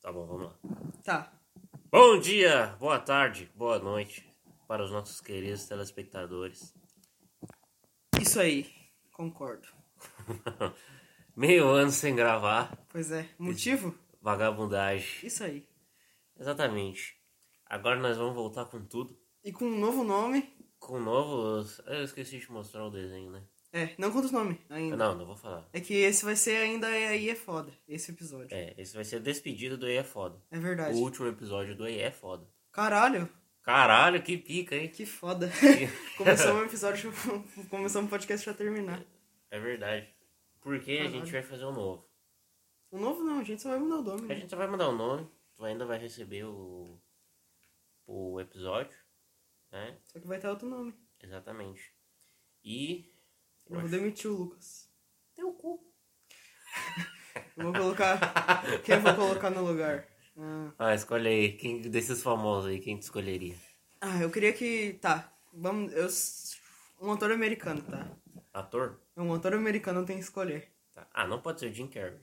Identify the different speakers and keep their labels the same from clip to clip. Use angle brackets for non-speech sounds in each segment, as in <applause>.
Speaker 1: Tá bom, vamos lá.
Speaker 2: Tá.
Speaker 1: Bom dia, boa tarde, boa noite para os nossos queridos telespectadores. <laughs>
Speaker 2: Isso aí. Concordo.
Speaker 1: Meio ano sem gravar,
Speaker 2: Pois é. Motivo?
Speaker 1: vagabundagem.
Speaker 2: Isso aí.
Speaker 1: Exatamente. Agora nós vamos voltar com tudo.
Speaker 2: E com um novo nome.
Speaker 1: Com novos. Ah, Eu esqueci de mostrar o desenho, né?
Speaker 2: É, não conta os nomes ainda.
Speaker 1: Não, não vou falar.
Speaker 2: É que esse vai ser ainda aí é foda, esse episódio. É,
Speaker 1: É, esse vai ser a despedida do EE é Foda.
Speaker 2: verdade.
Speaker 1: O último episódio do EE é Foda.
Speaker 2: Caralho,
Speaker 1: Caralho, que pica, hein?
Speaker 2: que foda. <laughs> Começou um episódio, começou um podcast pra terminar.
Speaker 1: É verdade. Porque a
Speaker 2: Caralho.
Speaker 1: gente vai fazer um novo.
Speaker 2: O novo não, a gente só vai mudar o nome. né?
Speaker 1: A gente só vai mandar o nome, tu ainda vai receber o, o episódio, né?
Speaker 2: Só que vai ter outro nome.
Speaker 1: Exatamente. E.
Speaker 2: Eu vou demitir o Lucas.
Speaker 1: Teu cu.
Speaker 2: Eu vou colocar. Quem eu vou colocar no lugar? Ah.
Speaker 1: Ah, escolhe aí. Quem desses famosos aí, quem tu escolheria?
Speaker 2: Ah, eu queria que. Tá. Vamos. Eu... Um ator americano, tá?
Speaker 1: Ator?
Speaker 2: Um ator americano tem que escolher.
Speaker 1: Tá. Ah, não pode ser o Jim Carrey.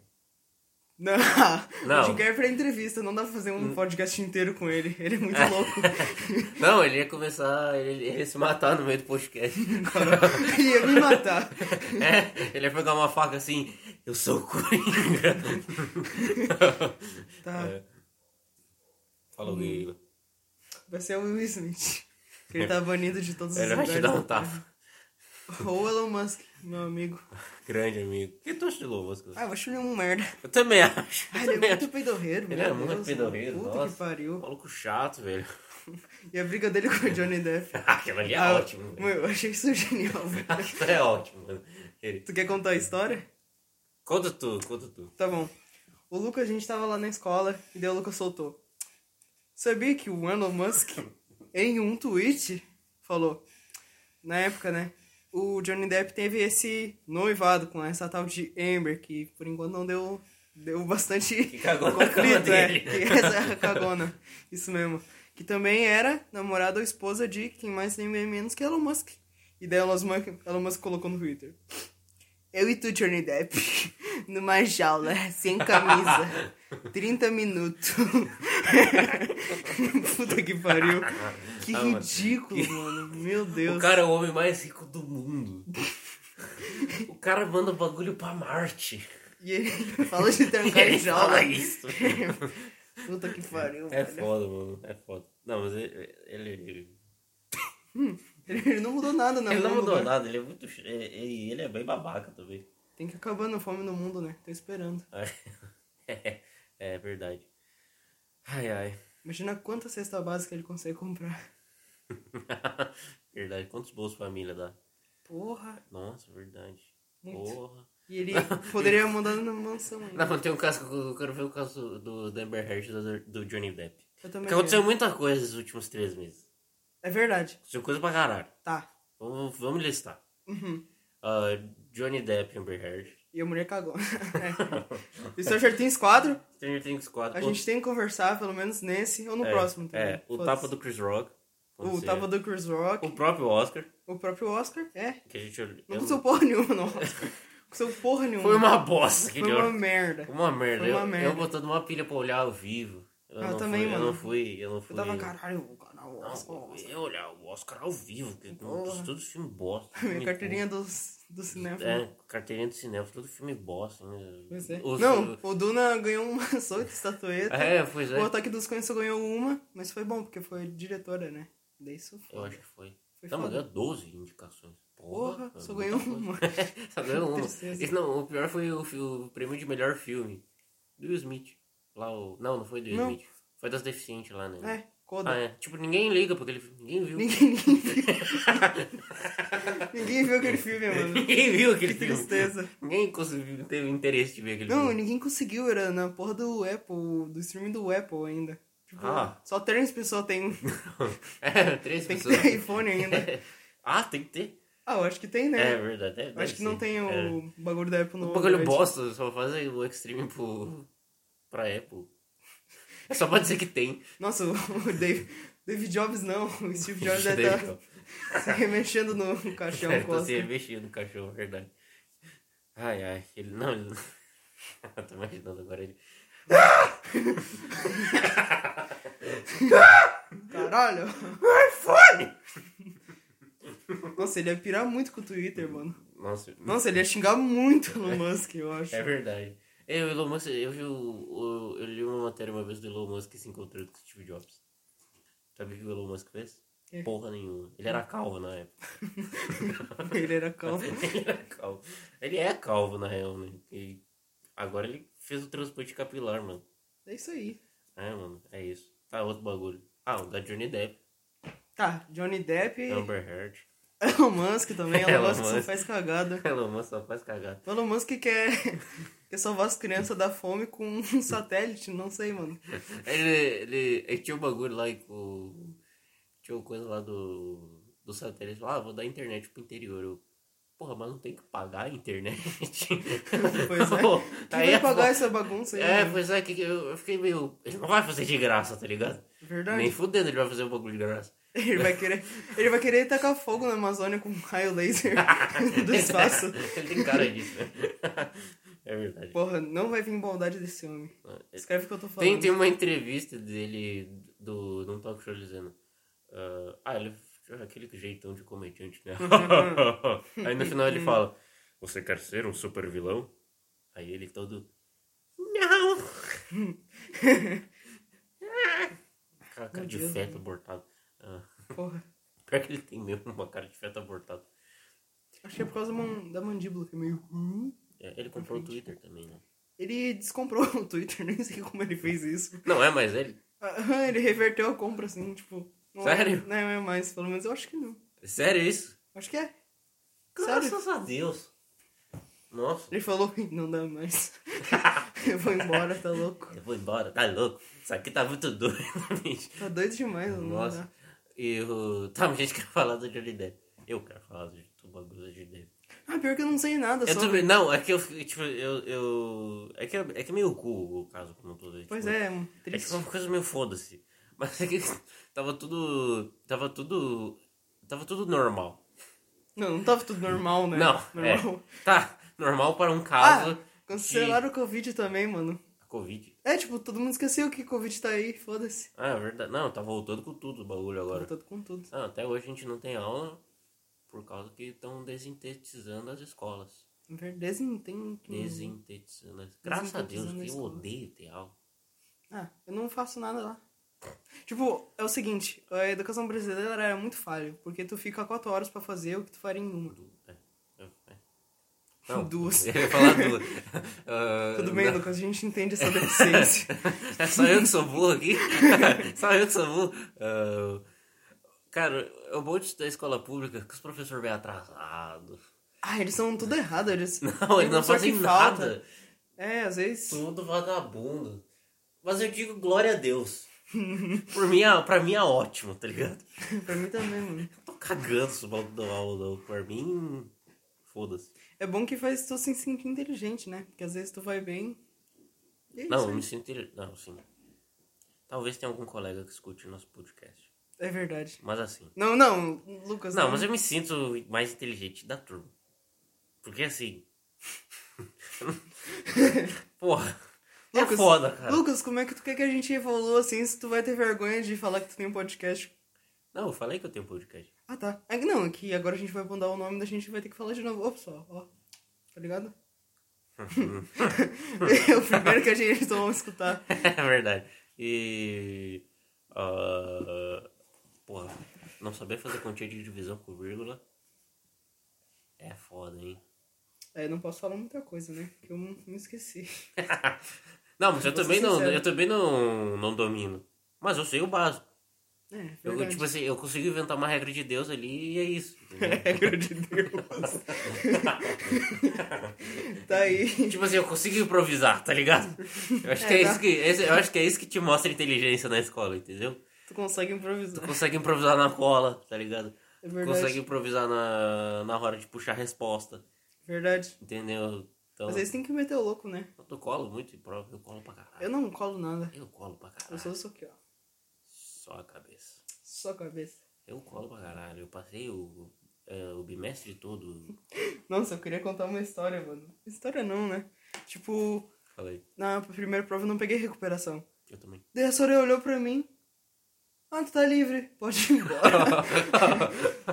Speaker 2: Não. <laughs>
Speaker 1: Não. Hum.
Speaker 2: O Jim Carrey pra entrevista, não dá pra fazer um podcast inteiro com ele. Ele é muito louco.
Speaker 1: <laughs>
Speaker 2: <laughs>
Speaker 1: Não, ele ia começar. Ele, ele ia se matar no meio do podcast. <laughs>
Speaker 2: Ele ia me matar.
Speaker 1: é, ele ia pegar uma faca assim. Eu sou o Coringa.
Speaker 2: Tá.
Speaker 1: É. Falou, Guilherme.
Speaker 2: Vai ser o Will Smith. que Ele tá banido de todos os
Speaker 1: Ele vai
Speaker 2: lugares.
Speaker 1: te dar um
Speaker 2: da
Speaker 1: tapa.
Speaker 2: Terra. Ou Elon Musk, meu amigo.
Speaker 1: Grande amigo. Que tu estilou, Vasco?
Speaker 2: Ah, eu acho ele um merda.
Speaker 1: <laughs> Eu também acho.
Speaker 2: Ah,
Speaker 1: eu
Speaker 2: ele é
Speaker 1: também
Speaker 2: muito
Speaker 1: acho.
Speaker 2: peidorreiro,
Speaker 1: Ele
Speaker 2: meu
Speaker 1: é muito
Speaker 2: Deus,
Speaker 1: pedorreiro,
Speaker 2: Puta
Speaker 1: nossa.
Speaker 2: que pariu.
Speaker 1: Maluco chato, velho. <laughs>
Speaker 2: E a briga dele com o Johnny Depp.
Speaker 1: Aquilo ali é
Speaker 2: Ah,
Speaker 1: ótimo, <laughs> velho.
Speaker 2: Meu, eu achei isso genial, velho.
Speaker 1: Aquilo é ótimo, mano. Ele-
Speaker 2: Tu quer contar a história?
Speaker 1: Conta tu, conta tu.
Speaker 2: Tá bom. O Lucas, a gente tava lá na escola e daí o Lucas soltou. Sabia que o Elon
Speaker 1: <laughs>
Speaker 2: Musk, em um tweet, falou. Na época, né? O Johnny Depp teve esse noivado com essa tal de Amber, que por enquanto não deu, deu bastante
Speaker 1: Que cagou na cama
Speaker 2: conflito, é.
Speaker 1: dele.
Speaker 2: Que essa é a cagona. Isso mesmo. Que também era namorada ou esposa de quem mais nem bem menos que Elon Musk. E daí Elon Musk, Elon Musk colocou no Twitter. Eu e tu, Johnny Depp, <laughs> numa jaula,
Speaker 1: <laughs>
Speaker 2: sem camisa, 30 minutos. <laughs> Puta que pariu. Que
Speaker 1: Ah, mano.
Speaker 2: ridículo, mano. Meu Deus.
Speaker 1: O cara é o homem mais rico do mundo. o cara manda bagulho pra Marte.
Speaker 2: E ele fala de
Speaker 1: E
Speaker 2: trancar
Speaker 1: <laughs>
Speaker 2: em
Speaker 1: ele
Speaker 2: jaula.
Speaker 1: fala isso.
Speaker 2: <laughs> Puta que pariu,
Speaker 1: É
Speaker 2: velho.
Speaker 1: foda, mano. É foda. Não, mas ele. Ele, ele-
Speaker 2: Ele ele um não mudou nada, não.
Speaker 1: ele não mudou nada, ele é muito. ch- Ele, ele é bem babaca também. <laughs>
Speaker 2: Tem que acabar na fome no mundo, né? Tô esperando.
Speaker 1: É, é verdade. Ai, ai. <laughs>
Speaker 2: Imagina quanta cesta básica ele consegue comprar.
Speaker 1: verdade. Quantos bolsos família dá?
Speaker 2: Porra.
Speaker 1: Nossa, verdade.
Speaker 2: Muito.
Speaker 1: Porra.
Speaker 2: E
Speaker 1: <laughs>
Speaker 2: ele poderia mandar na mansão ainda.
Speaker 1: Não, mas tem um caso que eu eu quero ver o caso do do Amber Heard e do, do Johnny Depp.
Speaker 2: Eu também.
Speaker 1: Porque aconteceu muita coisa nos últimos três meses.
Speaker 2: É verdade.
Speaker 1: Aconteceu coisa pra caralho.
Speaker 2: Tá.
Speaker 1: Vamos, vamos listar.
Speaker 2: Uhum.
Speaker 1: Ah, Johnny Depp e Amber Heard.
Speaker 2: E a mulher cagou. <laughs> é. E Stranger Things 4,
Speaker 1: <laughs> Stranger Things 4.
Speaker 2: a gente tem que conversar, pelo menos nesse ou no
Speaker 1: é,
Speaker 2: próximo. também.
Speaker 1: É, o
Speaker 2: Foda-se.
Speaker 1: tapa do Chris Rock.
Speaker 2: O
Speaker 1: aconteceu.
Speaker 2: tapa do Chris Rock,
Speaker 1: O próprio Oscar.
Speaker 2: o próprio Oscar, é.
Speaker 1: Que a gente...
Speaker 2: Não
Speaker 1: eu-
Speaker 2: custou porra nenhuma, não. Custou porra nenhuma.
Speaker 1: Foi uma bosta aquele
Speaker 2: Foi uma
Speaker 1: Oscar.
Speaker 2: merda.
Speaker 1: Uma merda.
Speaker 2: Foi uma
Speaker 1: eu,
Speaker 2: merda.
Speaker 1: eu botando uma pilha pra olhar ao vivo. Eu,
Speaker 2: Ah,
Speaker 1: não
Speaker 2: também,
Speaker 1: fui,
Speaker 2: mano.
Speaker 1: Eu não fui, eu não fui.
Speaker 2: Eu tava, caralho, o canal
Speaker 1: Não,
Speaker 2: Oscar.
Speaker 1: eu ia olhar o Oscar ao vivo, que
Speaker 2: Porra.
Speaker 1: todo filme
Speaker 2: <laughs>
Speaker 1: bosta.
Speaker 2: Minha
Speaker 1: filme
Speaker 2: carteirinha dos, do cinema.
Speaker 1: bosta. É, carteirinha do cinema, todo filme bosta. Né?
Speaker 2: Pois é.
Speaker 1: Os-
Speaker 2: não, o Duna ganhou <laughs> umas oito estatuetas.
Speaker 1: É, pois é.
Speaker 2: O Ataque dos Cães só ganhou uma, mas foi bom, porque foi diretora, né? Daí isso foi.
Speaker 1: Eu acho que tá foi.
Speaker 2: Foi
Speaker 1: não, mas
Speaker 2: foda.
Speaker 1: ganhou 12 indicações.
Speaker 2: Porra,
Speaker 1: é
Speaker 2: só
Speaker 1: muita
Speaker 2: ganhou
Speaker 1: coisa.
Speaker 2: uma.
Speaker 1: <laughs> só
Speaker 2: <laughs>
Speaker 1: ganhou uma.
Speaker 2: Tristeza.
Speaker 1: Isso não, o pior foi o, fi- o prêmio de melhor filme. Do Will Smith. Lá o... Não, não foi do Will
Speaker 2: Não.
Speaker 1: Smith. Foi das deficientes lá, né?
Speaker 2: É, Coda.
Speaker 1: Ah, é. Tipo, ninguém liga porque ele... ninguém viu. <laughs>
Speaker 2: Ninguém, <laughs> ninguém viu aquele filme, mano.
Speaker 1: <laughs> Ninguém viu aquele
Speaker 2: Que
Speaker 1: filme.
Speaker 2: tristeza.
Speaker 1: Ninguém conseguiu, teve interesse de ver aquele
Speaker 2: Não,
Speaker 1: filme.
Speaker 2: ninguém conseguiu, era na porra do Apple, do streaming do Apple ainda. Tipo,
Speaker 1: Ah.
Speaker 2: só três pessoas um. tem,
Speaker 1: <laughs> é, três
Speaker 2: tem que
Speaker 1: pessoas.
Speaker 2: ter iPhone ainda.
Speaker 1: <laughs> ah, tem que ter.
Speaker 2: <laughs> Ah, eu acho que tem,
Speaker 1: É,
Speaker 2: né?
Speaker 1: verdade. deve-
Speaker 2: Eu
Speaker 1: deve
Speaker 2: acho que não
Speaker 1: ser.
Speaker 2: tem
Speaker 1: É.
Speaker 2: o bagulho da Apple no
Speaker 1: O bagulho
Speaker 2: Android.
Speaker 1: bosta, só fazer o Extreme pro... pra Apple. É só pra dizer que tem.
Speaker 2: Nossa, o <laughs> Dave- David Jobs não, o Steve
Speaker 1: <laughs>
Speaker 2: Jobs deve
Speaker 1: Deve-
Speaker 2: estar se remexendo no caixão.
Speaker 1: Deve tá
Speaker 2: Costa.
Speaker 1: se remexendo o cachorro, verdade. <laughs> Ai, ai. Ele não... Ele... não- Eu tô imaginando agora ele...
Speaker 2: Caralho.
Speaker 1: iPhone!
Speaker 2: Nossa, ele ia pirar muito com o Twitter, mano.
Speaker 1: Nossa,
Speaker 2: Nossa, ele ia xingar muito o Elon Musk, eu acho.
Speaker 1: é verdade. Eu, Elon Musk, eu vi o, o- eu li uma matéria uma vez do Elon Musk se encontrando com o Steve Jobs. Sabe o que o Elon Musk fez?
Speaker 2: É.
Speaker 1: Porra nenhuma. Ele era calvo na época.
Speaker 2: Ele era
Speaker 1: <laughs>
Speaker 2: calmo.
Speaker 1: ele era calvo. Ele é calvo, na real, né? E agora ele fez o transplante capilar, mano.
Speaker 2: É isso aí.
Speaker 1: É, mano, é isso. Tá, outro bagulho. Ah, o da Johnny Depp,
Speaker 2: Tá, Johnny Depp e
Speaker 1: Amber Heard.
Speaker 2: <laughs>
Speaker 1: <laughs>
Speaker 2: Elon Musk também. Elon
Speaker 1: É um Elon
Speaker 2: Musk só
Speaker 1: Musk.
Speaker 2: faz cagada.
Speaker 1: Elon Musk só faz cagada.
Speaker 2: Elon Musk quer, <laughs> quer salvar as crianças da fome com um <laughs> satélite, não sei, mano.
Speaker 1: Ele, ele, ele tinha um bagulho lá e com. Tinha uma coisa lá do. Do satélite. Ah, vou dar internet pro interior. Eu, Porra, mas não tem que pagar a internet.
Speaker 2: <laughs> Pois
Speaker 1: <laughs>
Speaker 2: é.
Speaker 1: Pô,
Speaker 2: Quem
Speaker 1: aí
Speaker 2: vai
Speaker 1: é
Speaker 2: pagar
Speaker 1: foda.
Speaker 2: essa bagunça aí? né?
Speaker 1: É,
Speaker 2: mano?
Speaker 1: pois é, que que eu, eu fiquei meio. Ele não vai fazer de graça, tá ligado?
Speaker 2: Verdade.
Speaker 1: Nem fudendo ele vai fazer um bagulho de graça.
Speaker 2: <laughs> Ele vai querer, ele vai querer tacar fogo na Amazônia com um raio laser <laughs> <laughs> do espaço.
Speaker 1: <laughs> ele tem cara disso, né? <laughs> É verdade. É,
Speaker 2: Porra, não vai vir bondade desse homem. Escreve o que eu tô falando.
Speaker 1: Tem, tem uma entrevista dele do, num talk show dizendo. ah, ah, ele aquele jeitão de comediante, né? Aí no final ele fala: Uhum. Você quer ser um super vilão? Aí ele todo. Não! um- Cara, cara de
Speaker 2: Deus,
Speaker 1: feto abortado. Ah,
Speaker 2: <laughs> Porra.
Speaker 1: pior que ele tem mesmo uma cara de feto abortado.
Speaker 2: Acho que é por causa da man- da mandíbula que é meio.
Speaker 1: É, ele comprou o Twitter também, né?
Speaker 2: Ele descomprou o Twitter, <laughs> nem sei como ele fez isso.
Speaker 1: Não é mais ele?
Speaker 2: Ah, <laughs> Ele reverteu a compra assim, tipo. Não é-
Speaker 1: Sério?
Speaker 2: não é mais, pelo menos eu acho que não.
Speaker 1: Sério isso?
Speaker 2: Acho que é. Sério?
Speaker 1: Graças a Deus! Nossa!
Speaker 2: Ele falou, "Ih, não dá mais. <laughs> eu vou embora, tá louco.
Speaker 1: Eu vou embora, tá louco? Isso aqui tá muito doido, bicho.
Speaker 2: Tá doido demais, não
Speaker 1: Nossa.
Speaker 2: dá.
Speaker 1: E o. Tá, mas a gente quer falar do Johnny Depp. Eu quero falar do, do bagulho do Johnny Depp.
Speaker 2: Ah, pior que eu não sei nada
Speaker 1: Eu
Speaker 2: sobre.
Speaker 1: também. Não, é que eu. fiquei, Tipo, eu. eu é, que, é que é meio cool o caso como um todo. tipo,
Speaker 2: Pois é,
Speaker 1: É tipo
Speaker 2: triste.
Speaker 1: uma coisa meio foda-se. Mas é que <laughs> tava tudo. Tava tudo. Tava tudo normal.
Speaker 2: Não, não tava tudo normal, né?
Speaker 1: Não,
Speaker 2: normal.
Speaker 1: é. Tá, normal para um
Speaker 2: Ah,
Speaker 1: caso.
Speaker 2: cancelaram o Covid também, mano.
Speaker 1: de Covid.
Speaker 2: É, tipo, todo mundo esqueceu que Covid tá aí, foda-se.
Speaker 1: Ah, é verdade. Não, tá voltando com tudo o bagulho agora.
Speaker 2: Tá com tudo.
Speaker 1: Ah, até hoje a gente não tem aula por causa que estão desintetizando as escolas.
Speaker 2: Verdade, não tem. que-
Speaker 1: Desintetizando as... Graças a Deus,
Speaker 2: Desintetizando a
Speaker 1: que eu
Speaker 2: escola.
Speaker 1: odeio ter aula.
Speaker 2: Ah, eu não faço nada lá. Tipo, é o seguinte, a educação brasileira é muito falha, porque tu fica quatro horas pra fazer o que tu faria em uma.
Speaker 1: Du- é, é,
Speaker 2: <laughs>
Speaker 1: é. Não,
Speaker 2: Duas.
Speaker 1: Eu ia falar
Speaker 2: <laughs>
Speaker 1: duas. Ah,
Speaker 2: Tudo bem,
Speaker 1: <laughs> não.
Speaker 2: Lucas, a gente entende essa
Speaker 1: <laughs>
Speaker 2: deficiência.
Speaker 1: É só eu que sou burro aqui. <laughs> só eu que sou burro. Ah, cara, é o bom de estudar em escola pública que os professores vêm atrasados. <laughs>
Speaker 2: ah, eles são tudo errado, eles.
Speaker 1: Não,
Speaker 2: tem
Speaker 1: eles não
Speaker 2: professor
Speaker 1: fazem
Speaker 2: que
Speaker 1: nada.
Speaker 2: falta. É, às vezes. <laughs>
Speaker 1: Tudo vagabundo. Mas eu digo glória a Deus. <laughs> Por mim, é- pra mim é ótimo, tá ligado?
Speaker 2: pra mim também, mano.
Speaker 1: Tô cagando se o maluco dá aula, não. Pra mim, foda-se.
Speaker 2: É bom que faz tu se sentir inteligente, né? Porque às vezes tu vai bem. E é
Speaker 1: Não,
Speaker 2: isso
Speaker 1: eu
Speaker 2: aí.
Speaker 1: me sinto. inte- Não, sim. Talvez tenha algum colega que escute o nosso podcast.
Speaker 2: É verdade.
Speaker 1: Mas assim.
Speaker 2: Não, não, Lucas.
Speaker 1: Não, mas é eu me sinto mais inteligente da turma. Porque assim. <laughs> Porra. É foda, cara.
Speaker 2: Lucas, como é que tu quer que a gente evolua assim se tu vai ter vergonha de falar que tu tem um podcast?
Speaker 1: Não, eu falei que eu tenho podcast. <laughs>
Speaker 2: Ah, tá. É que não, é que agora a gente vai mandar o nome da gente vai ter que falar de novo. Ô, pessoal, ó.
Speaker 1: <laughs>
Speaker 2: Tá ligado? <laughs> é o primeiro que a gente vão escutar.
Speaker 1: É verdade. E. ah, porra, não saber fazer continha de divisão com vírgula é foda, hein?
Speaker 2: É, não posso falar muita coisa, né? Porque eu me esqueci.
Speaker 1: Não, mas eu
Speaker 2: Vou ser
Speaker 1: também, não,
Speaker 2: sincero.
Speaker 1: eu também não, não domino. Mas eu sei o básico.
Speaker 2: É,
Speaker 1: Eu,
Speaker 2: verdade. <laughs>
Speaker 1: tipo assim, eu consigo inventar uma regra de Deus ali e é isso. entendeu? <laughs>
Speaker 2: Regra de Deus. tá aí.
Speaker 1: tipo assim, eu consigo improvisar, tá ligado? Eu acho, que é
Speaker 2: É, tá.
Speaker 1: isso que, esse- eu acho que é isso que te mostra inteligência na escola, entendeu?
Speaker 2: Tu consegue improvisar.
Speaker 1: Consegue improvisar na cola, tá ligado?
Speaker 2: É verdade.
Speaker 1: Consegue improvisar na, na hora de puxar a resposta,
Speaker 2: Verdade.
Speaker 1: entendeu? Então,
Speaker 2: Às vezes tem que meter o louco, né?
Speaker 1: Eu colo muito em prova, eu colo pra caralho.
Speaker 2: Eu não colo nada.
Speaker 1: Eu colo pra
Speaker 2: Eu
Speaker 1: caralho.
Speaker 2: sou isso aqui, ó.
Speaker 1: Só a cabeça.
Speaker 2: Só a cabeça.
Speaker 1: Eu colo pra caralho. Eu passei o, é, o bimestre todo.
Speaker 2: Nossa, eu queria contar uma história, mano. História não, né? Tipo,
Speaker 1: Falei.
Speaker 2: Na primeira prova eu não peguei recuperação.
Speaker 1: Eu também.
Speaker 2: Daí a Soraya olhou pra mim. Ah, tu tá livre, pode ir
Speaker 1: <laughs>
Speaker 2: embora.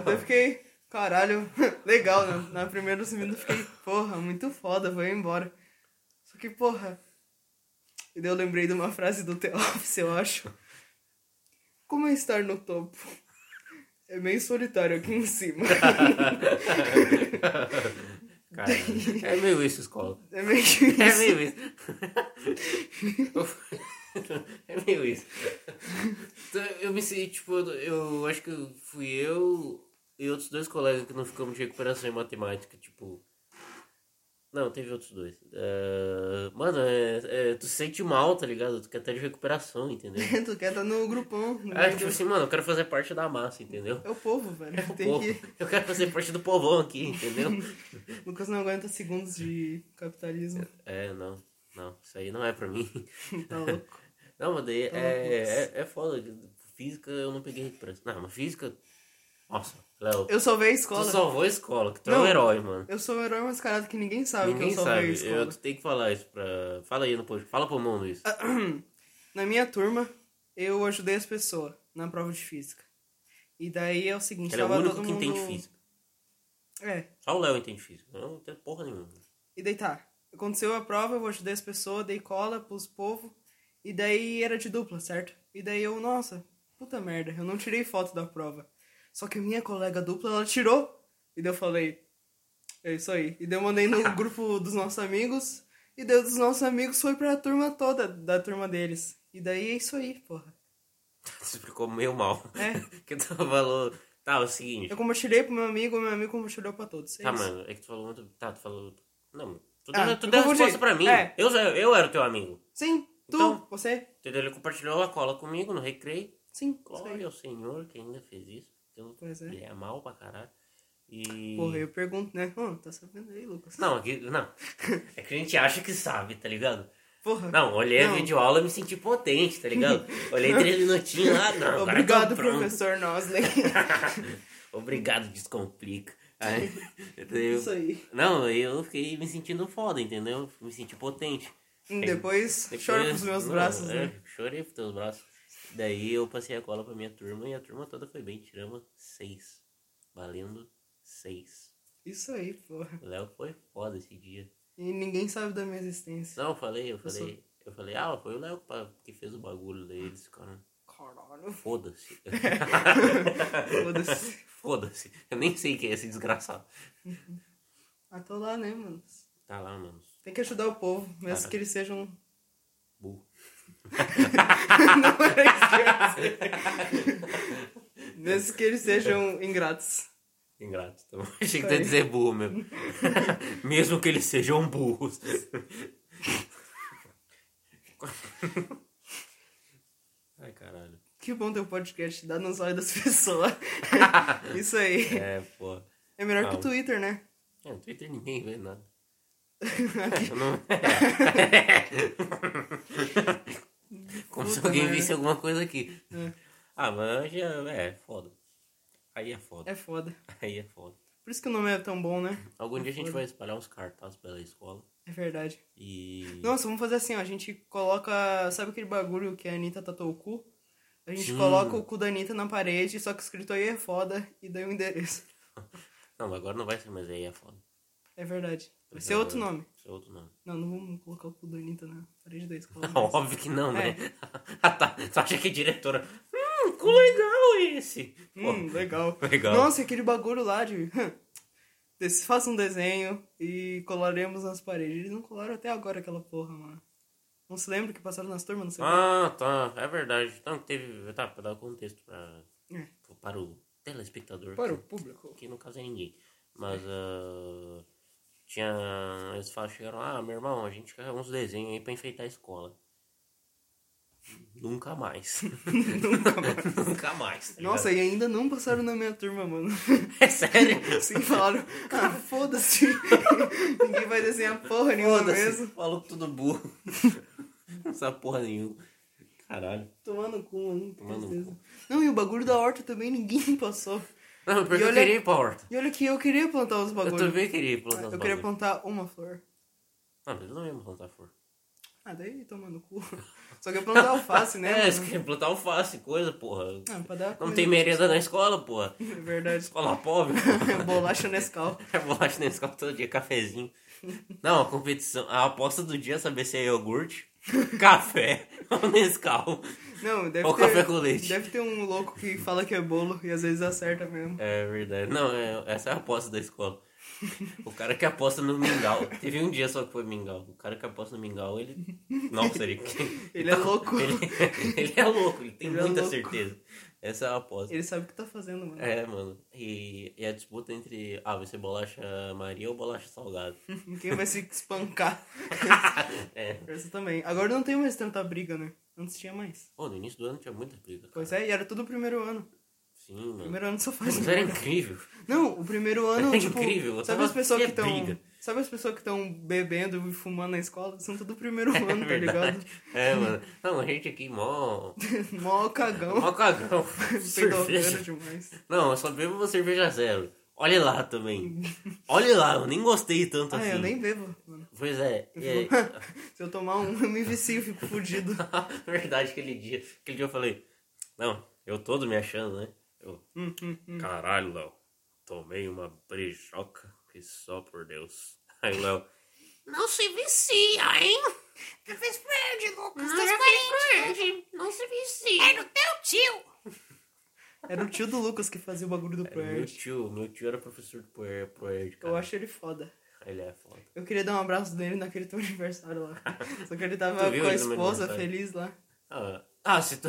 Speaker 2: Daí eu fiquei, caralho, <laughs> legal, né? Na primeira semana eu fiquei, porra, muito foda, vou embora. Só que, porra. E daí eu lembrei de uma frase do The Office, eu acho. Como é estar no topo? É meio solitário aqui
Speaker 1: <laughs>
Speaker 2: em cima.
Speaker 1: Cara,
Speaker 2: <laughs>
Speaker 1: é meio isso, escola.
Speaker 2: É meio que isso.
Speaker 1: É meio isso. <laughs> é meio isso. Então, eu me senti, tipo, eu, eu acho que fui eu e outros dois colegas que não ficamos de recuperação em matemática, tipo. Não, teve outros dois. Eh, mano, é, é, tu se sente mal, tá ligado? Tu quer estar de recuperação, entendeu?
Speaker 2: Tu quer estar no grupão. no
Speaker 1: Ah,
Speaker 2: meio
Speaker 1: tipo
Speaker 2: do-
Speaker 1: assim, mano, eu quero fazer parte da massa, entendeu?
Speaker 2: É o povo, velho.
Speaker 1: O
Speaker 2: Tem
Speaker 1: povo.
Speaker 2: que...
Speaker 1: Eu quero fazer parte do povão aqui, entendeu?
Speaker 2: Lucas não aguenta segundos de capitalismo.
Speaker 1: é, não, não, isso aí não é pra mim.
Speaker 2: Tá louco.
Speaker 1: Não, mas daí é,
Speaker 2: Então,
Speaker 1: é, é foda. Física eu não peguei recuperação. Não, mas física. Nossa, Léo,
Speaker 2: Eu salvei a
Speaker 1: tu
Speaker 2: escola.
Speaker 1: salvou a escola, que tu é um
Speaker 2: Não.
Speaker 1: herói, mano.
Speaker 2: Eu sou um herói mascarado que ninguém sabe
Speaker 1: Ninguém
Speaker 2: que eu salvei a
Speaker 1: sabe.
Speaker 2: escola.
Speaker 1: Eu, tu tem que falar isso pra. Fala aí no post. Fala pro mão, Luiz.
Speaker 2: Na minha turma, eu ajudei as pessoas na prova de física. E daí é o seguinte,
Speaker 1: Ele é o
Speaker 2: tava
Speaker 1: único
Speaker 2: todo
Speaker 1: que
Speaker 2: mundo...
Speaker 1: entende física.
Speaker 2: É.
Speaker 1: Só o Léo entende física. Eu não entendo porra nenhuma. <laughs>
Speaker 2: E daí tá. Aconteceu a prova, eu ajudei as pessoas, dei cola pros povo. E daí era de dupla, certo? E daí eu, nossa, puta merda, eu não tirei foto da prova. Só que a minha colega dupla, ela tirou. E daí eu falei, é isso aí. E daí eu
Speaker 1: <laughs>
Speaker 2: mandei no grupo dos nossos amigos. E daí dos nossos amigos foi pra turma toda, da turma deles. E daí é isso aí, porra.
Speaker 1: Você explicou meio mal. <laughs>
Speaker 2: É.
Speaker 1: Porque tu falou. Tá, é o seguinte.
Speaker 2: Eu compartilhei pro meu amigo, meu amigo compartilhou pra todos. É
Speaker 1: Tá,
Speaker 2: isso.
Speaker 1: mano, é que tu falou muito. Tá, tu falou. Não, tu
Speaker 2: Ah,
Speaker 1: deu, tu
Speaker 2: eu
Speaker 1: deu a
Speaker 2: confundi.
Speaker 1: resposta pra mim.
Speaker 2: É.
Speaker 1: Eu, já- eu era o teu amigo.
Speaker 2: Sim, tu,
Speaker 1: Então-
Speaker 2: você,
Speaker 1: Entendeu? Ele compartilhou a cola comigo no recreio.
Speaker 2: sim. isso aí.
Speaker 1: Glória ao Senhor que ainda fez isso. Pelo...
Speaker 2: Pois é.
Speaker 1: Ele é mal pra caralho. E.
Speaker 2: Porra, eu pergunto, né? Ô, tá sabendo aí, Lucas?
Speaker 1: Não, aqui,
Speaker 2: <laughs>
Speaker 1: não. É que a gente acha que sabe, tá ligado?
Speaker 2: Porra.
Speaker 1: Não, olhei a
Speaker 2: Não.
Speaker 1: videoaula e me senti potente, tá ligado? Olhei três minutinhos lá, não. agora
Speaker 2: Obrigado,
Speaker 1: tô pronto.
Speaker 2: professor Nosley.
Speaker 1: Obrigado,
Speaker 2: <laughs>
Speaker 1: descomplica. Aí, <laughs> eu-
Speaker 2: Isso aí.
Speaker 1: Não, eu fiquei me sentindo foda, entendeu? Me senti potente.
Speaker 2: Hum, Depois choro pros meus
Speaker 1: Não,
Speaker 2: braços,
Speaker 1: é,
Speaker 2: né?
Speaker 1: Chorei pros teus braços. Daí eu passei a cola pra minha turma e a turma toda foi bem. Tiramos seis. Valendo seis.
Speaker 2: Isso aí, porra.
Speaker 1: O Léo foi foda esse dia.
Speaker 2: E ninguém sabe da minha existência.
Speaker 1: Não, eu falei, eu
Speaker 2: sou-
Speaker 1: falei. Eu falei, ah, foi o Léo pa- que fez o bagulho deles, cara.
Speaker 2: Caralho. <laughs>
Speaker 1: Foda-se. <laughs>
Speaker 2: Foda-se.
Speaker 1: Foda-se. Eu nem sei quem é esse desgraçado.
Speaker 2: Ah, tô lá, né, mano?
Speaker 1: Tá lá, mano.
Speaker 2: Tem que ajudar o povo, mesmo
Speaker 1: Cara.
Speaker 2: que eles sejam. <laughs>
Speaker 1: Burro.
Speaker 2: Não era isso que eu ia dizer. mesmo que eles sejam ingratos.
Speaker 1: Ingrato. Então, <laughs> achei que tu
Speaker 2: Foi.
Speaker 1: ia dizer burro <laughs> mesmo. mesmo que eles sejam burros. <laughs> Ai, caralho.
Speaker 2: Que bom ter um podcast, dá nos olhos das <laughs>
Speaker 1: <laughs>
Speaker 2: pessoas. Isso aí.
Speaker 1: É, pô.
Speaker 2: É melhor que
Speaker 1: Não.
Speaker 2: o Twitter, né? <laughs>
Speaker 1: É, no Twitter ninguém vê nada. Eu não- <laughs> Como se
Speaker 2: Puta
Speaker 1: alguém
Speaker 2: merda.
Speaker 1: visse alguma coisa aqui.
Speaker 2: É.
Speaker 1: Ah, mas hoje é, é foda. Aí é foda.
Speaker 2: É foda.
Speaker 1: Aí é foda.
Speaker 2: Por isso que o nome é tão bom, né?
Speaker 1: Algum dia a gente
Speaker 2: foda.
Speaker 1: vai espalhar uns cartazes pela escola
Speaker 2: É verdade.
Speaker 1: e.
Speaker 2: Nossa, vamos fazer assim, ó. A gente coloca. Sabe aquele bagulho que a Anitta tatuou o cu? A gente
Speaker 1: Sim.
Speaker 2: coloca o cu da Anitta na parede, só que escrito aí é foda e daí o endereço.
Speaker 1: Não, agora não vai ser, mas aí é foda.
Speaker 2: É verdade. Vai ser outro nome.
Speaker 1: Vai ser outro nome. <laughs>
Speaker 2: Não, não vamos colocar o cu da Anitta na parede da escola.
Speaker 1: Não, <laughs> óbvio que não,
Speaker 2: É.
Speaker 1: né? Ah, tá. Tu acha que a diretora. Hum, que legal esse! Pô,
Speaker 2: Hum, legal.
Speaker 1: Legal.
Speaker 2: Nossa, aquele bagulho lá de. Desse- Faça um desenho e colaremos nas paredes. Eles não colaram até agora aquela porra, mano. Não se lembra que passaram nas turmas, não sei o
Speaker 1: Ah, tá. É verdade. Então teve. Tá, pra dar contexto pra,
Speaker 2: quê. É,
Speaker 1: para o telespectador.
Speaker 2: Para o público.
Speaker 1: Que no caso é ninguém. Mas ah, tinha. Eles falaram, chegaram, ah, meu irmão, a gente quer uns desenhos aí pra enfeitar a escola. Nunca
Speaker 2: <laughs>
Speaker 1: mais. Nunca mais. <laughs> Nunca mais. tá
Speaker 2: Nossa,
Speaker 1: ligado?
Speaker 2: e ainda não passaram na minha turma, mano. <laughs>
Speaker 1: é sério?
Speaker 2: Sim, <laughs> falaram, ah, foda-se. <laughs> Ninguém vai desenhar porra nenhuma
Speaker 1: Foda-se.
Speaker 2: mesmo.
Speaker 1: Falou tudo burro.
Speaker 2: <laughs>
Speaker 1: Não sabe porra nenhuma. Caralho.
Speaker 2: Tomando cu, mano. que
Speaker 1: Tomando
Speaker 2: tristeza. Não, e o bagulho da horta também ninguém <laughs> passou.
Speaker 1: Não, porque
Speaker 2: E
Speaker 1: eu
Speaker 2: olha-
Speaker 1: queria ir pra horta.
Speaker 2: E olha que eu queria plantar os
Speaker 1: Eu
Speaker 2: bagulhos.
Speaker 1: também queria plantar um
Speaker 2: Eu
Speaker 1: os
Speaker 2: queria
Speaker 1: bagulho.
Speaker 2: plantar uma flor.
Speaker 1: Não, mas eu não ia plantar flor.
Speaker 2: Ah, daí toma no cu. Só que é plantar alface, né?
Speaker 1: <laughs> É,
Speaker 2: mano?
Speaker 1: você quer plantar alface, coisa, porra.
Speaker 2: Ah, pra dar
Speaker 1: Não
Speaker 2: comida.
Speaker 1: tem merenda na escola,
Speaker 2: <laughs>
Speaker 1: porra.
Speaker 2: É <laughs> verdade.
Speaker 1: Escola pobre, porra.
Speaker 2: Bolacha Nescau.
Speaker 1: É bolacha na escola todo dia, cafezinho. Não, a competição, a aposta do dia é saber se é iogurte, <laughs> café ou Nescau.
Speaker 2: Não, deve
Speaker 1: Ou
Speaker 2: ter.
Speaker 1: café com leite.
Speaker 2: Deve ter um louco que fala que é bolo e às vezes acerta mesmo.
Speaker 1: É verdade. Não, é- essa é a aposta da escola. O cara que aposta no mingau. Teve um dia só que foi mingau. O cara que aposta no mingau, ele. Nossa, ele. Então,
Speaker 2: Ele é louco.
Speaker 1: Ele, ele é louco, ele tem
Speaker 2: Ele é
Speaker 1: muita
Speaker 2: louco.
Speaker 1: certeza. Essa é a aposta.
Speaker 2: Ele sabe o que tá fazendo, mano.
Speaker 1: É, mano. E, e a disputa entre. Ah, vai ser bolacha Maria ou bolacha salgada? <laughs>
Speaker 2: Quem vai se espancar?
Speaker 1: é.
Speaker 2: Essa também. Agora não tem mais tanta briga, né? Antes tinha mais.
Speaker 1: Pô, no início do ano tinha muita briga.
Speaker 2: Pois é, e era tudo o primeiro ano.
Speaker 1: Sim,
Speaker 2: O
Speaker 1: mano.
Speaker 2: primeiro ano só faz.
Speaker 1: Mas era
Speaker 2: merda. <laughs>
Speaker 1: incrível.
Speaker 2: Não, o primeiro
Speaker 1: <laughs>
Speaker 2: ano,
Speaker 1: É
Speaker 2: tipo,
Speaker 1: incrível, eu
Speaker 2: sabe
Speaker 1: tava-
Speaker 2: as pessoas que
Speaker 1: que é
Speaker 2: estão,
Speaker 1: briga.
Speaker 2: sabe as pessoas que estão bebendo e fumando na escola, são tudo
Speaker 1: <laughs>
Speaker 2: primeiro
Speaker 1: É
Speaker 2: ano, tá ligado?
Speaker 1: verdade. É, mano. Não, a gente aqui mó.
Speaker 2: <laughs> Mó cagão,
Speaker 1: Mó
Speaker 2: <laughs>
Speaker 1: cagão.
Speaker 2: peidorreiro
Speaker 1: Cerveja.
Speaker 2: demais.
Speaker 1: Não, eu só bebo uma cerveja zero. Olha lá também. Olha lá, eu nem gostei tanto
Speaker 2: Ah,
Speaker 1: assim.
Speaker 2: eu nem bebo, mano.
Speaker 1: Pois é. E aí...
Speaker 2: <laughs> Se eu tomar um, eu me vicio, eu fico fudido. <laughs>
Speaker 1: <laughs> Verdade, aquele dia. Aquele dia eu falei. Não, eu todo me achando, né? Eu,
Speaker 2: Hum, hum, hum.
Speaker 1: Caralho, Léo. Tomei uma brejoca que só por Deus. <laughs> Aí, o Léo.
Speaker 3: Não se vicia, hein? Já fez verde, Lucas. Não, já fez verde. Não se vicia. É do teu tio.
Speaker 2: Era o tio do Lucas que fazia o bagulho do
Speaker 1: Era Meu
Speaker 2: Proerd.
Speaker 1: tio, meu tio era professor de Proerd, Proerd,
Speaker 2: Eu
Speaker 1: cara.
Speaker 2: acho ele foda.
Speaker 1: Ele é foda.
Speaker 2: Eu queria dar um abraço nele naquele teu <laughs> aniversário lá. Só que ele tava
Speaker 1: Tu viu
Speaker 2: com a
Speaker 1: ele no meu
Speaker 2: esposa
Speaker 1: aniversário?
Speaker 2: feliz lá.
Speaker 1: Ah, ah, se tu.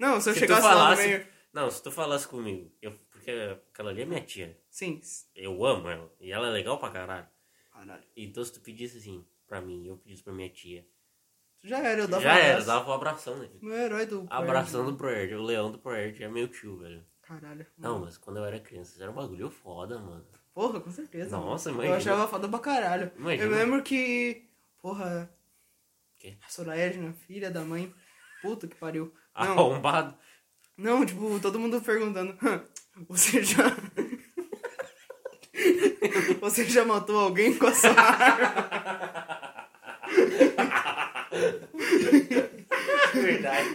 Speaker 2: Não, se eu
Speaker 1: se tu
Speaker 2: chegasse lá no
Speaker 1: falasse.
Speaker 2: meio.
Speaker 1: Não, se tu falasse comigo. Eu, porque aquela ali é minha tia.
Speaker 2: Sim.
Speaker 1: Eu amo ela. E ela é legal pra caralho.
Speaker 2: Caralho.
Speaker 1: Então se tu pedisse assim pra mim, eu pedisse pra minha tia.
Speaker 2: Já era, eu dava
Speaker 1: já
Speaker 2: um
Speaker 1: era,
Speaker 2: abraço. né?
Speaker 1: dava um abração nele.
Speaker 2: Meu herói do. Proerd.
Speaker 1: Abração do Proerd. O leão do Proerd é meu tio, velho.
Speaker 2: Caralho.
Speaker 1: Não, mas quando eu era criança, isso era um bagulho foda, mano.
Speaker 2: Porra, com certeza.
Speaker 1: Nossa,
Speaker 2: mano.
Speaker 1: imagina.
Speaker 2: Eu achava foda pra caralho.
Speaker 1: Imagina.
Speaker 2: Eu lembro que. Porra.
Speaker 1: Quê?
Speaker 2: A Soraedna, filha da mãe. Puta que pariu.
Speaker 1: Ah,
Speaker 2: Não, <laughs>
Speaker 1: Arrombado.
Speaker 2: não, tipo, todo mundo perguntando. "Hã, Você já. <laughs> Você já matou alguém com a sua arma? <laughs>
Speaker 1: Verdade.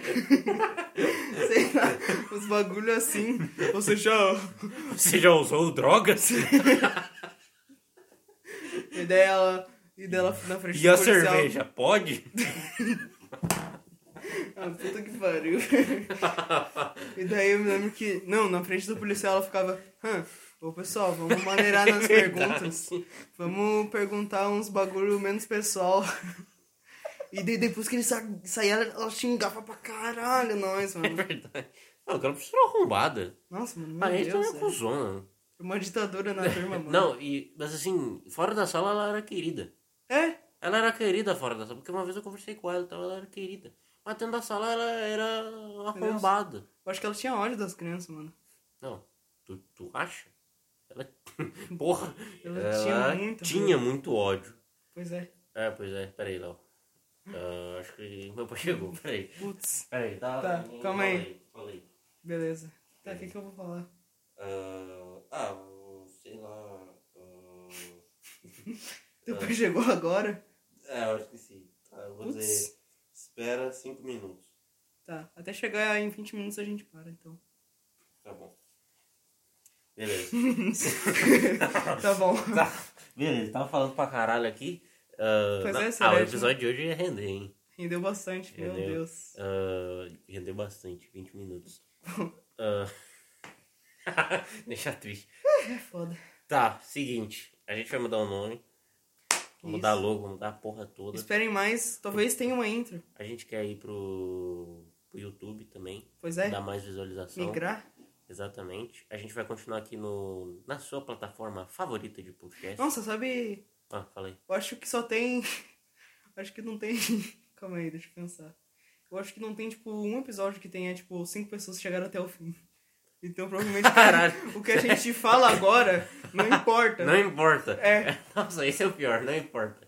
Speaker 2: Sei lá, os bagulho assim. Você já.
Speaker 1: Você já usou
Speaker 2: <laughs>
Speaker 1: drogas?
Speaker 2: E dela. E dela na frente
Speaker 1: E
Speaker 2: do
Speaker 1: a
Speaker 2: policial.
Speaker 1: cerveja, pode? <laughs>
Speaker 2: Ah, puta que pariu. e daí eu me lembro que. Não, na frente do policial ela ficava. Hã, ô pessoal, vamos maneirar nas perguntas. Vamos perguntar uns bagulho menos pessoal. E daí depois que ele sa saía, ela xingava pra caralho nós,
Speaker 1: É
Speaker 2: mano.
Speaker 1: verdade. Não, aquela professora arrombada.
Speaker 2: Nossa, mano, meu
Speaker 1: Mas isso
Speaker 2: Deus.
Speaker 1: é
Speaker 2: velho.
Speaker 1: cuzona.
Speaker 2: Uma ditadura na turma, mano.
Speaker 1: Não, e, mas assim, fora da sala ela era querida.
Speaker 2: É?
Speaker 1: Ela era querida fora da sala, porque uma vez eu conversei com ela, então ela era querida. Mas dentro da sala ela era arrombada.
Speaker 2: Eu acho que ela tinha ódio das crianças, mano.
Speaker 1: Não, tu, tu acha? Ela. <laughs> Porra!
Speaker 2: Ela
Speaker 1: Ela,
Speaker 2: tinha
Speaker 1: tinha,
Speaker 2: muito
Speaker 1: muito, ódio.
Speaker 2: Pois é.
Speaker 1: É, pois é, peraí, Léo. Ah, acho que <laughs> meu pai chegou, peraí.
Speaker 2: Putz,
Speaker 1: Peraí, tá.
Speaker 2: Tá, calma aí.
Speaker 1: Fala aí.
Speaker 2: beleza. Tá, o que, que eu vou falar?
Speaker 1: Ah, ah, o- sei lá. ah,
Speaker 2: Teu pai chegou agora?
Speaker 1: É, eu esqueci. Tá, eu vou
Speaker 2: Putz.
Speaker 1: dizer. Espera 5 minutos.
Speaker 2: Tá, até chegar em 20 minutos a gente para, então.
Speaker 1: Tá bom. Beleza. <laughs>
Speaker 2: <laughs> Tá bom.
Speaker 1: Tá. Beleza, tava falando pra caralho aqui. Ah,
Speaker 2: Pois
Speaker 1: na-
Speaker 2: é,
Speaker 1: ah, o
Speaker 2: Sarete,
Speaker 1: episódio de hoje ia render, hein?
Speaker 2: Rendeu bastante, meu
Speaker 1: Rendeu.
Speaker 2: Deus.
Speaker 1: Ah, rendeu bastante, 20 minutos. <laughs> Ah, <laughs> deixa triste.
Speaker 2: É foda.
Speaker 1: Tá, seguinte. A gente vai mudar o nome. Vamos mudar
Speaker 2: Isso.
Speaker 1: logo, né? mudar a porra toda.
Speaker 2: Esperem mais, talvez tenha uma intro.
Speaker 1: A gente quer ir pro, pro YouTube também.
Speaker 2: Pois é,
Speaker 1: Dar mais visualização.
Speaker 2: migrar.
Speaker 1: Exatamente. A gente vai continuar aqui no, na sua plataforma favorita de podcast.
Speaker 2: Nossa, sabe?
Speaker 1: Ah, falei.
Speaker 2: Eu acho que só tem. <laughs> acho que não tem. <laughs> Calma aí, deixa eu pensar. Eu acho que não tem, tipo, um episódio que tenha, tipo, cinco pessoas que chegaram até o fim. Então, provavelmente,
Speaker 1: <laughs> Caralho.
Speaker 2: o que a gente fala agora não importa.
Speaker 1: Não importa.
Speaker 2: É.
Speaker 1: <laughs> Nossa, esse é o pior, não importa.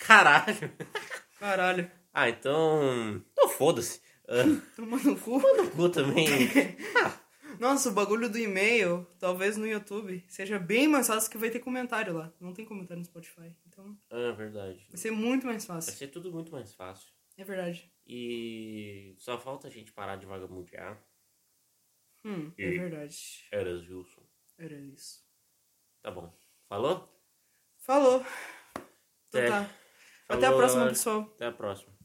Speaker 1: Caralho. <laughs>
Speaker 2: Caralho.
Speaker 1: Ah, então. Então foda-se. Ah, <laughs>
Speaker 2: Toma no cu.
Speaker 1: o cu também.
Speaker 2: <laughs> Nossa, o bagulho do e-mail, talvez no YouTube, seja bem mais fácil que vai ter comentário lá. Não tem comentário no Spotify. Então, mano.
Speaker 1: Ah, verdade.
Speaker 2: Vai ser muito mais
Speaker 1: Vai
Speaker 2: fácil.
Speaker 1: ser tudo muito mais fácil.
Speaker 2: É verdade.
Speaker 1: E só falta a gente parar de ah, vagabundear.
Speaker 2: Hum, é
Speaker 1: E-
Speaker 2: verdade.
Speaker 1: Eras, Wilson.
Speaker 2: Era isso.
Speaker 1: Tá bom. Falou?
Speaker 2: Falou. Então
Speaker 1: Até.
Speaker 2: tá.
Speaker 1: Falou,
Speaker 2: Até a próxima,
Speaker 1: É. galera.
Speaker 2: pessoal.
Speaker 1: Até a próxima.